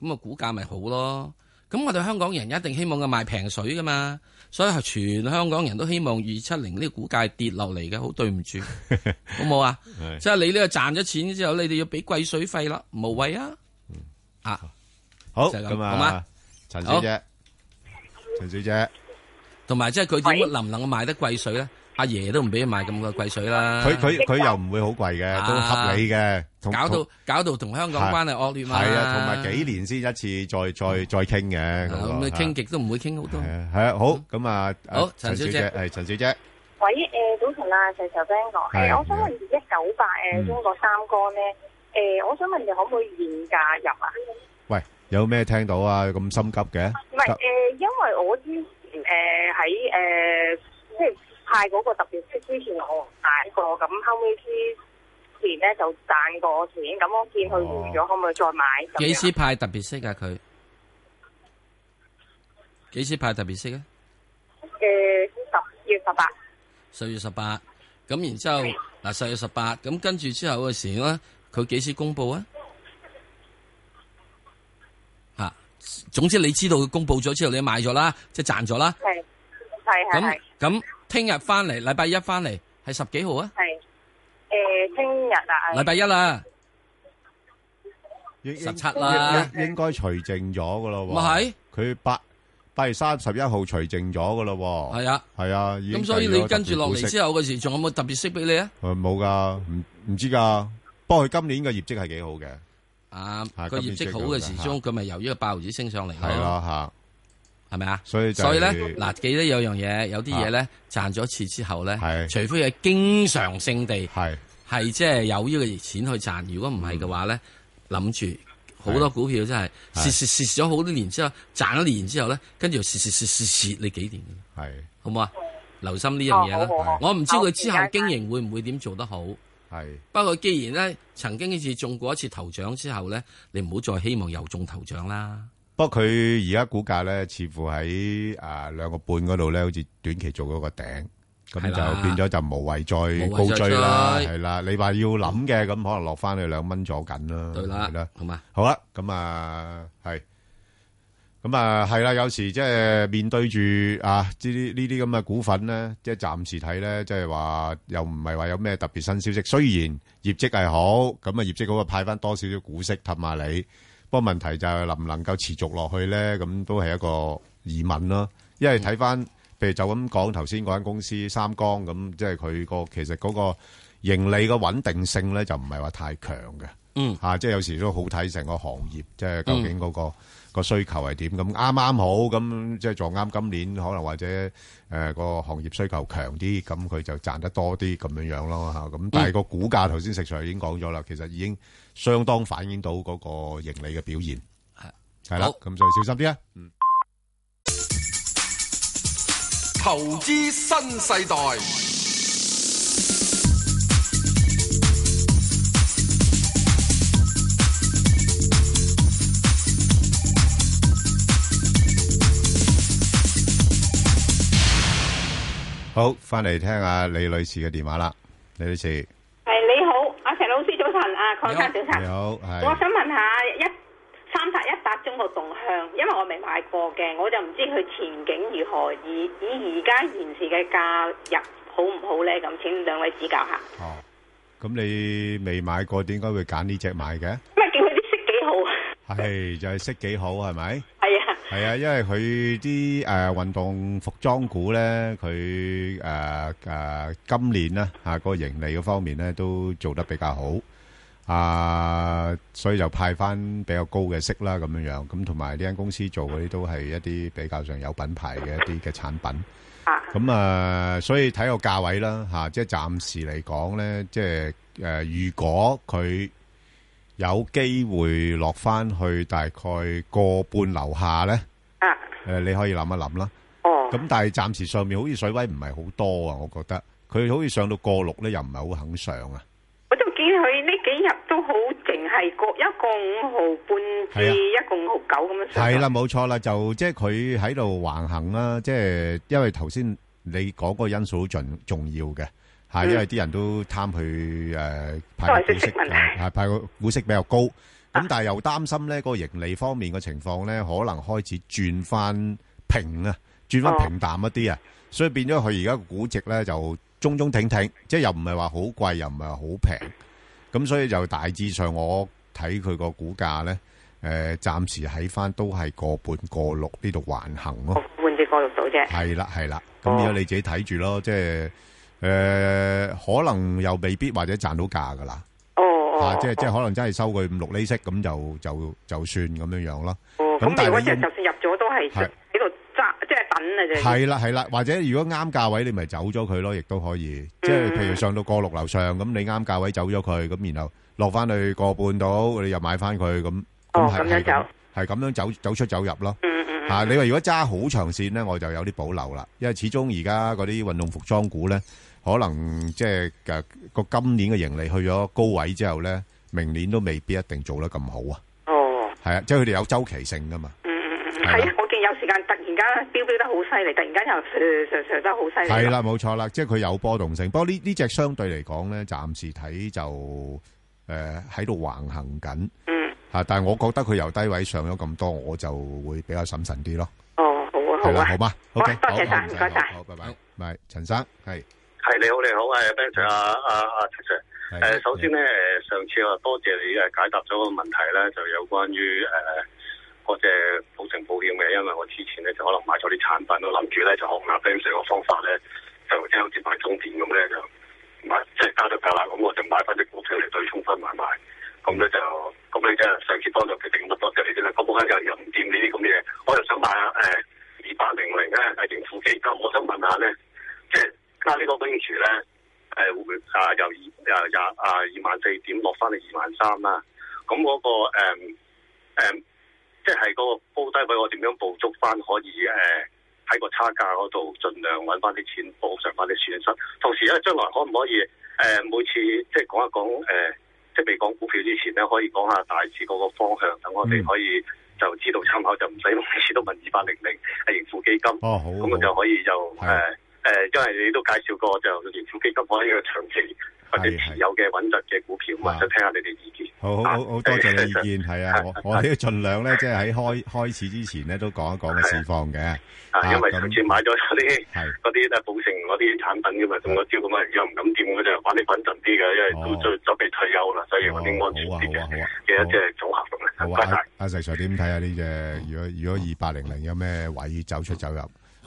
咁啊股價咪好咯。咁我哋香港人一定希望佢賣平水噶嘛，所以係全香港人都希望二七零呢個股價跌落嚟嘅，好對唔 住，好冇啊？係即係你呢個賺咗錢之後，你哋要俾貴水費啦，無謂啊！嗯啊，好就係咁咁好啊嗎，陳小姐，陳小姐，同埋即係佢點能唔能夠賣得貴水咧？阿爺都唔俾佢賣咁嘅貴水啦，佢佢佢又唔會好貴嘅，都合理嘅，同搞同到搞到同香港關係惡劣嘛，係啊，同埋幾年先一次再再再傾嘅，嗰個咁你嚇傾極都唔會傾好多。係啊，係啊，好，咁啊，好，啊，陳陳小小姐。姐，係，陳小姐，喂，誒、早晨啊，石 Sir Ben 哥，係嗯誒，我想問二一九八誒中國三江咧，誒、我想問你可唔可以現價入啊？喂，有咩聽到啊？咁心急嘅？唔係誒，因為我之前誒呃喺誒呃即係派嗰個特別息之前我買過，咁後尾之前咧就賺過錢，咁我見佢完咗，可唔可以再買？咁哦幾樣時派特別息啊？佢幾時派特別息啊？誒呃十月十八，十月十八，咁然之後嗱十月十八，咁跟住之後嘅時咧，佢幾時公佈啊？吓、總之你知道佢公佈咗之後，你買咗啦，即係賺咗啦。係係係咁係咁，聽日翻嚟，禮拜一翻嚟係十幾號啊？係誒诶，听日啊，禮拜一啦，應-應- 17啦。應-應該除淨咗㗎喇喎。咪係？佢八-8月31號除淨咗㗎喇喎。係啊，已經咁所以計咗你跟住落嚟特別股息。之後嗰時，仲有冇特別息俾你啊？呃誒，冇㗎，唔-唔知㗎。不過佢今年嘅業績係幾好嘅。啊，佢係，業今年績好最好嘅，嘅時鐘，佢咪由呢個爆子升上嚟咯。啊係啦，嚇。所以就所以咧，係-嗱，記得有樣嘢，有啲嘢咧賺咗一次之後咧，除非係經常性地係係即係有呢個錢去賺，如果唔係嘅話咧，嗯諗住好多股票真係蝕蝕蝕咗好多年之後，賺一年之後咧，跟住又蝕蝕蝕蝕蝕你幾年係好唔好啊？留心呢樣嘢啦哦好好好，我唔知佢之後經營會唔會點做得好。係不過既然咧曾經一次中過一次頭獎之後咧，你唔好再希望又中頭獎啦。不過佢而家股價呢，似乎喺，啊，兩個半嗰度呢，好似短期做咗個頂。咁係啦。就變咗就無謂再無謂再高追啦，追。係啦。你話要諗嘅，咁可能落返去兩蚊左緊啦。對啦，嗯係啦。好嘛？好啦，咁啊，係。咁啊，係啦，有時即係面對住，啊，呢啲-啊呢啲咁嘅股份呢，即係暫時睇呢，即係話又唔係話有咩特別新消息。雖然業績係好，咁啊，業績好啊，派返多少少股息氹下你，不過問題就係能唔能夠持續落去呢？咁都係一個疑問咯。因為睇返，譬如就咁講頭先嗰間公司，三江，咁即係佢個-其實嗰個盈利嘅穩定性咧就唔係話太強嘅，嗯嚇、即係有時都好睇成個行業，即係究竟嗯嗰、個、個需求係點咁啱啱好咁，即係撞啱今年可能或者誒、個行業需求強啲，咁佢就賺得多啲咁樣樣咯嚇。咁、但係個股價頭先食 Sir 已經講咗啦，其實已經相當反映到嗰個盈利嘅表現，係啦，咁所以小心啲啊，嗯。投資新世代，好，翻嚟聽下李女士嘅電話啦，李女士系你好，阿石老師早晨，啊邝生早你晨，好，我係想問下一三八一八中國動向，因為我未買過嘅，我就唔知佢前景如何，而以而家現時嘅價入好唔好咧？咁請兩位指教下。咁你未買過，點解會揀呢只買嘅？咁啊，見佢啲息幾好， 系就系识几好系咪？係啊，系啊，因为佢啲诶运动服装股咧，佢诶诶今年咧吓个盈利嗰方面咧都做得比较好。啊，所以就派翻比較高嘅息啦，咁樣樣咁，同埋呢間公司做嗰啲都係一啲比較上有品牌嘅一啲嘅產品。咁啊，所以睇個價位啦，嚇、即係暫時嚟講咧，即係誒、呃如果佢有機會落翻去大概個半樓下咧，啊，誒、呃你可以諗一諗啦。哦，咁但係暫時上面好似水位唔係好多啊，我覺得佢好似上到過六咧，又唔係好肯上啊。我都見佢呢幾日都好淨係個一個五毫半至一個五毫九咁樣上落。啊係啦，冇錯啦，就即係佢喺度橫行啦，即係因為頭先你講嗰個因素好重重要嘅嚇，嗯因為啲人都貪佢誒都派係個股息啊息息問題係派個股息比較高，咁但係又擔心咧個盈利方面嘅情況咧，可能開始轉翻平啊，轉哦翻平淡一啲啊，所以變咗佢而家個估值咧就中中挺挺，即係又唔係話好貴，又唔係話好平。咁所以就大致上我睇佢個股價咧，誒、暫時喺翻都係個半個六呢度橫行咯。換隻過六到啫。係啦係啦，哦咁而家你自己睇住咯，即係誒、呃可能又未必或者賺到價噶啦。哦啊，即係即係可能真係收佢五六厘息咁就就就算咁樣樣咯。哦，咁但你係嗰你隻應就算入咗都係係喺度揸，即係等啊啫。係啦係啦，或者如果啱價位你咪走咗佢咯，亦都可以。即係譬如上到過六樓上，咁你啱價位走咗佢，咁然後落翻去個半度，你又買翻佢，咁哦咁係咁樣係走係咁樣走走出走入咯。嗯嗯啊，你話如果揸好長線咧，我就有啲保留啦，因為始終而家嗰啲運動服裝股咧，可能即係誒個今年嘅盈利去咗高位之後咧，明年都未必一定做得咁好啊。哦，係啊，即係佢哋有周期性噶嘛。嗯係啊，我見有時間突然間飆飆得好犀利，突然間又上上上得好犀利。係啦，冇錯啦，即係佢有波動性。不過呢呢只相對嚟講咧，暫時睇就誒喺度橫行緊。嗯。嚇，但係我覺得佢由低位上咗咁多，我就會比較審慎啲咯。哦，好啊，好係啦，啊，好嘛好啊，OK，多好謝晒，唔唔使該晒。好，拜拜。唔係，陳生係系你好，你好，系 Ben Sir 啊啊啊陳 Sir，誒、首先咧，誒上次我多謝你誒解答咗個問題咧，就有關於誒嗰只保誠保險嘅，因為我之前咧就可能買咗啲產品，我諗住咧就學下 Ben Sir 個方法咧，就即係好似買中電咁咧就買即係加咗價啦，咁我就買翻啲股票嚟對沖翻買賣，咁咧就咁你真係上次幫助決定，咁多謝你先啦。咁我間又又唔掂呢啲咁嘢，我又想買下誒二八零零咧係盈富基金，我想問下咧，即係加呢個 w i 咧。誒會啊由二啊廿啊二萬四點落翻去二萬三啦。咁嗰、個誒、誒即係嗰個高低位我點樣捕捉翻可以誒喺、個差價嗰度盡量揾翻啲錢補償翻啲損失。同時咧，將來可唔可以誒、每次即係講一講誒、即係未講股票之前咧，可以講下大致嗰個方向，等我哋可以。就知道參考，就唔使每次都問二八零零係盈富基金，哦好，咁我啊就可以就誒誒，因為你都介紹過就盈富基金可以係長期或者持有嘅穩陣嘅股票嘛，想聽下你哋意見。好好好好多謝你意見，係啊，我我哋都盡量咧，即係喺開開始之前咧都講一講個市況嘅。啊，因為上次買咗嗰啲 係嗰啲咧保誠嗰啲產品嘅嘛，中咗招咁啊，哦而家唔敢掂嗰就玩啲穩陣啲嘅，因為都準準備退休啦，所以揾啲安全啲嘅嘅一隻組合咁好咧。唔該啊，晒。阿阿石 Sir 點睇啊？呢只如果如果二八零零有咩位走出走入，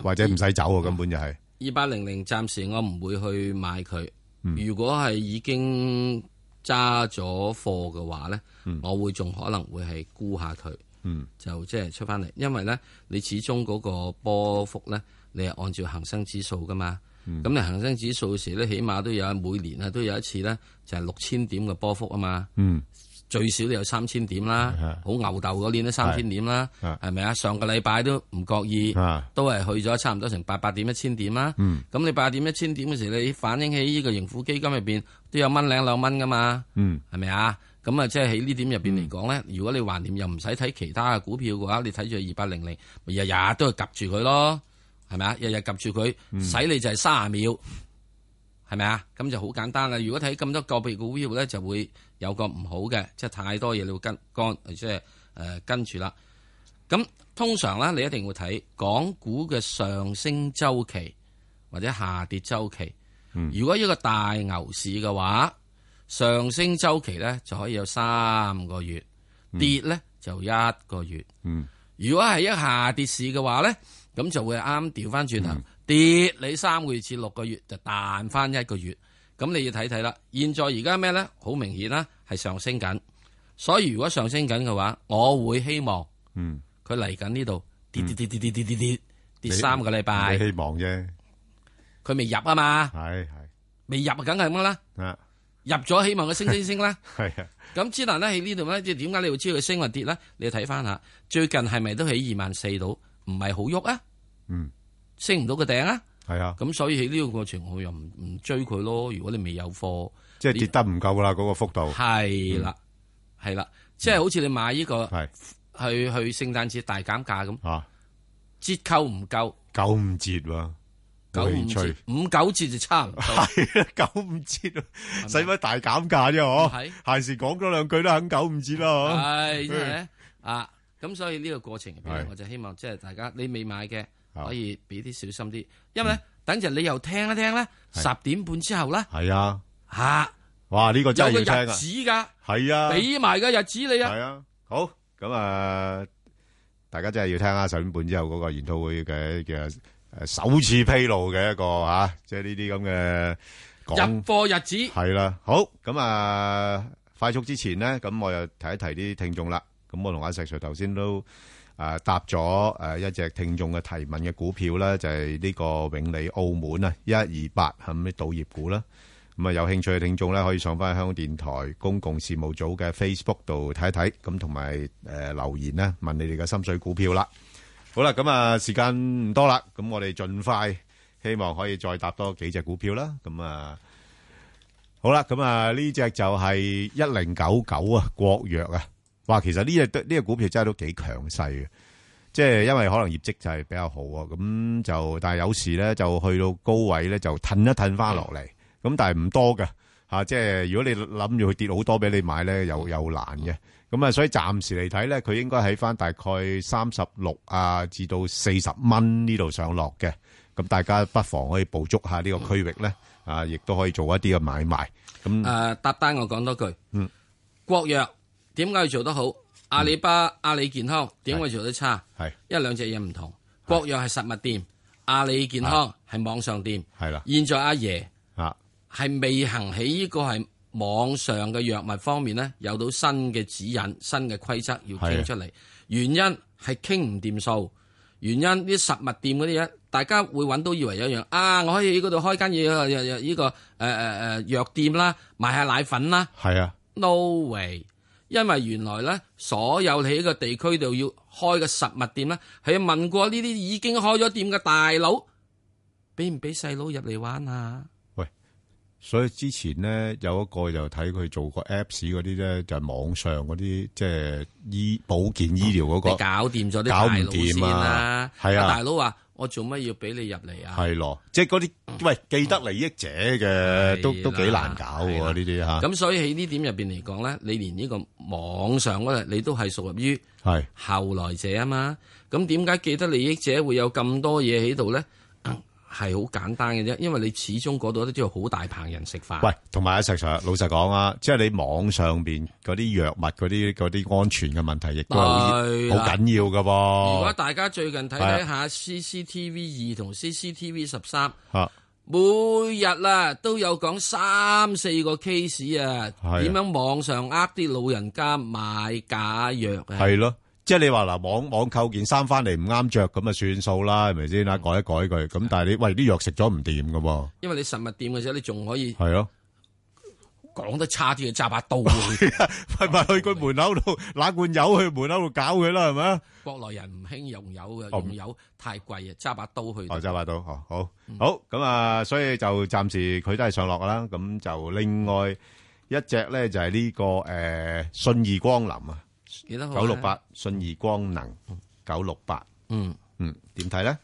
或者唔使走啊，根本就係二八零零暫時我唔會去買佢。嗯如果係已經揸咗貨嘅話咧，我會仲可能會係沽下佢，嗯就即係出翻嚟。因為咧，你始終嗰個波幅咧，你係按照恒生指數噶嘛。咁你恒生指數時咧，起碼都有每年啊，都有一次咧，就係六千點嘅波幅啊嘛。嗯最少都有三千點啦，好牛豆嗰年都三千點啦，係咪啊？上個禮拜都唔覺意啊，都係去咗差唔多成八百點一千點啦。嗯咁你八點一千點嘅時，你反映喺呢個盈富基金入邊都有蚊零兩蚊噶嘛，嗯係咪啊？咁啊，即係喺呢點入邊嚟講咧，如果你橫掂又唔使睇其他嘅股票嘅話，你睇住二八零零，咪日日都係及住佢咯，係咪啊？日日及住佢，使你就係卅秒。係咪啊？咁就好簡單啦。如果睇咁多個別股票咧，就會有個唔好嘅，即係太多嘢你會跟干，即係誒跟住啦。咁通常咧，你一定會睇港股嘅上升周期或者下跌周期。如果一個大牛市嘅話，上升周期咧就可以有三個月，跌咧就一個月。嗯如果係一下跌市嘅話咧，咁就會啱調翻轉頭嗯跌你三個月至六個月就彈翻一個月，咁你要睇睇啦。現在而家咩咧？好明顯啦，係上升緊，所以如果上升緊嘅話，我會希望嗯，佢嚟緊呢度跌跌跌跌跌跌跌跌跌你三個禮拜你，希望啫，佢未入啊嘛，係係未入啊梗係咁啦，啊入咗希望佢升升升啦。係啊咁之但咧喺呢度咧，即係點解你會知道佢升或啊跌咧？你要睇翻下最近係咪都喺二萬四度，唔係好喐啊？嗯，升唔到個頂啊？係啊，咁所以喺呢個過程，我又唔唔追佢咯。如果你未有貨，即係跌得唔夠啦，嗰個幅度係啦，係啦，即係好似你買呢個去去聖誕節大減價咁，折扣唔夠，九五折喎，九有五興趣折，五九折就差唔多。係啊， 九五折啊，使乜大減價啫？嗬，係閒時講多兩句都肯九五折啦，係真係嗬咧。啊！咁所以呢個過程入邊咧嗯係，啊我就希望即係大家你未買嘅，可以俾啲小心啲，因為咧嗯等陣你又聽一聽咧，十點半之後咧係啊，吓，哇，呢個有真個係日要聽啊，子㗎，係啊，俾埋個日子你啊。係啊，好，咁啊，大家真係要聽下十點半之後嗰個研討會嘅嘅诶首次披露嘅一個吓，即係呢啲咁嘅講入貨日子係啦，好，咁啊，快速之前呢，咁我又提一提啲聽眾啦。咁我同阿石 Sir 頭先都诶答咗诶一隻聽眾嘅提問嘅股票啦，就係呢個永利澳門啊，一一二八咁啲賭業股啦。咁啊，有興趣嘅聽眾咧，可以上翻香港電台公共事務組嘅 Facebook 度睇一睇，咁同埋誒留言咧，問你哋嘅心水股票啦。好啦，咁啊時間唔多啦，咁我哋盡快希望可以再搭多幾隻股票啦。咁啊，好啦，咁啊呢只就係一零九九啊，國藥啊，哇，其實呢只都呢只股票真係都幾強勢嘅。即係因為可能業績就係比較好啊，咁就但係有時咧就去到高位咧就褪一褪翻落嚟，咁但係唔多嘅嚇、即係如果你諗住佢跌好多俾你買咧，又又難嘅。咁啊，所以暫時嚟睇咧，佢應該喺翻大概三十六啊至到四十蚊呢度上落嘅。咁大家不妨可以捕捉下呢個區域咧，啊，亦都可以做一啲嘅買賣。咁誒啊搭單我講多句，嗯，國藥點解要做得好？阿里巴阿里健康點解做得差？係因為兩隻嘢唔同。國藥係實物店，阿里健康係網上店。係啦，現在阿爺啊係未行喺呢個係網上嘅藥物方面咧，有到新嘅指引、新嘅規則要傾出嚟。原因係傾唔掂數，原因啲實物店嗰啲嘢，大家會揾到以為有一樣啊，我可以喺嗰度開間嘢呃呃呢個誒誒誒藥店啦，賣下奶粉啦。係啊， no way，因為原來咧，所有喺個地區度要開嘅實物店咧，係問過呢啲已經開咗店嘅大佬，俾唔俾細佬入嚟玩啊？所以之前咧有一個就睇佢做過 Apps 嗰啲咧，就係網上嗰啲即係醫保健醫療嗰個，你搞掂咗啲搞大唔佬先掂啦啊，，係啊，大佬話我做乜要俾你入嚟啊？係咯，即係嗰啲喂既得利益者嘅都都幾難搞喎呢啲嚇。咁所以喺呢點入邊嚟講咧，你連呢個網上嗰度你都係屬於係後來者啊嘛。咁點解既得利益者會有咁多嘢喺度咧？ 係好簡單嘅啫，因為你始終嗰度都都要好大棚人食飯。喂，同埋阿石 Sir，老實講啊，即係你網上邊嗰啲藥物嗰啲嗰啲安全嘅問題，亦都係好係啦好緊要噶如果噃。大家最近睇啊睇下 CCTV 二同 CCTV 十三，嚇每日啊都有講三四個 case 啊，係啊點樣網上呃啲老人家買假藥啊？係咯，即係你話嗱，網網購件衫翻嚟唔啱着，咁啊算數啦，係咪先啊嗯啦？改一改佢，咁但係你喂啲藥食咗唔掂噶喎，因為你實物店嘅時候，你仲可以係咯，講得差啲，揸把刀啊去。喂咪去佢門口度揦罐油去門口度搞佢啦，係咪嗯啊？國內人唔興用油嘅，哦用油太貴啊，揸把刀去。哦，就話到，哦，好，嗯好，咁啊，所以就暫時佢都係上落㗎啦。咁就另外一隻咧就係呢個誒信義光能啊，幾多號啊九六八信義光能九六八，嗯嗯，點睇咧？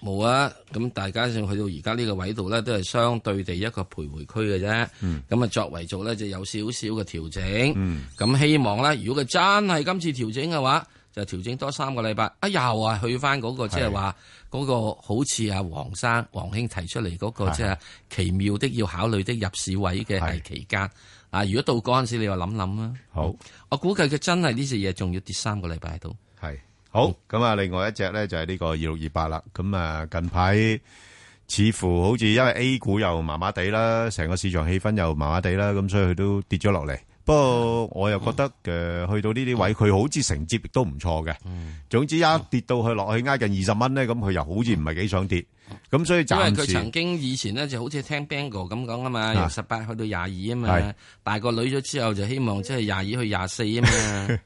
冇啊，咁大家上去到而家呢個位度咧，都係相對地一個徘徊區嘅啫。嗯咁啊，作為做咧就有少少嘅調整。嗯咁希望咧，如果佢真係今次調整嘅話，就調整多三個禮拜。啊，又係去翻嗰、個即係話嗰個好似阿黃生黃兄提出嚟嗰、個係即係奇妙的要考慮的入市位嘅係期間。啊，如果到嗰陣時，你又諗諗啦。好，我估計佢真係呢隻嘢仲要跌三個禮拜到。係好，咁啊，另外一隻咧就係呢個二六二八啦。咁啊，近排似乎好似因為 A 股又麻麻地啦，成個市場氣氛又麻麻地啦，咁所以佢都跌咗落嚟。不過我又覺得誒、去到呢啲位，佢好似承接亦都唔錯嘅。總之一跌到去落去挨近二十蚊咧，咁佢又好似唔係幾想跌。咁所以因為暫佢時曾經以前咧就好似聽 Bango 咁講啊嘛，由十八去到廿二啊嘛係，大個女咗之後就希望即係廿二去廿四啊 嘛，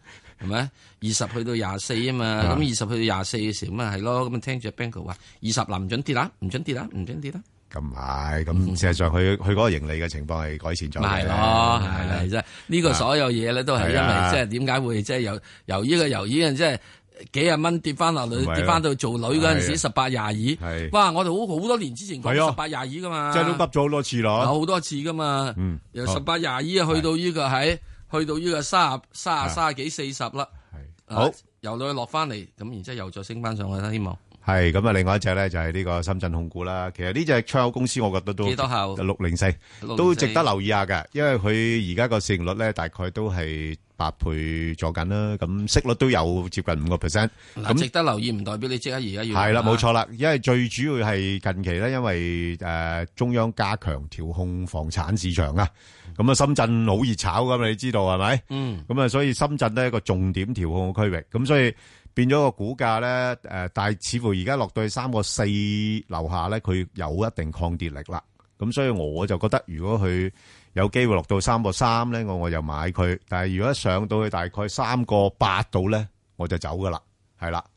係咪？二十去到廿四啊嘛，啊咁二十去到廿四嘅時候咁啊係咯，咁啊聽住 Bango 話二十嗱唔准跌啦，唔准跌啦，唔准跌啦，咁唔係，咁事實上佢佢嗰個盈利嘅情況係改善咗嘅。咪係咯，係啦啊啦，即係呢個所有嘢咧都係因係啊為即係點解會即係由由呢個由呢個即係。幾廿蚊跌翻落唔係去，咯跌翻到做女嗰陣係時啊十八廿二，哇！我哋好好多年之前講係啊十八廿二噶嘛，即係都噏咗好多次咯。有好多次噶嘛，嗯由好十八廿二去到呢個喺，去到呢個三十三十三十幾四十啦，啊啊好，由到佢落翻嚟，咁然之後又再升翻上去啦，希望係咁啊！另外一隻咧就係呢個深圳控股啦。其實呢隻窗口公司，我覺得都幾多後六零四604都值得留意下嘅，因為佢而家個市盈率咧大概都係八倍左緊啦。咁息率都有接近五個 percent。嗱，值咁得留意唔代表你即刻而家要係啦，入啊冇錯。啦。因為最主要係近期咧，因為誒中央加強調控房產市場啊，咁啊深圳好熱炒噶嘛，你知道係咪？嗯，咁啊，所以深圳咧一個重點調控嘅區域，咁所以變咗個股價咧，誒、但係似乎而家落到去三個四樓下咧，佢有一定抗跌力啦。咁所以我就覺得，如果佢有機會落到三個三咧，我我就買佢；但係如果一上到去大概三個八度咧，我就走噶啦，係啦。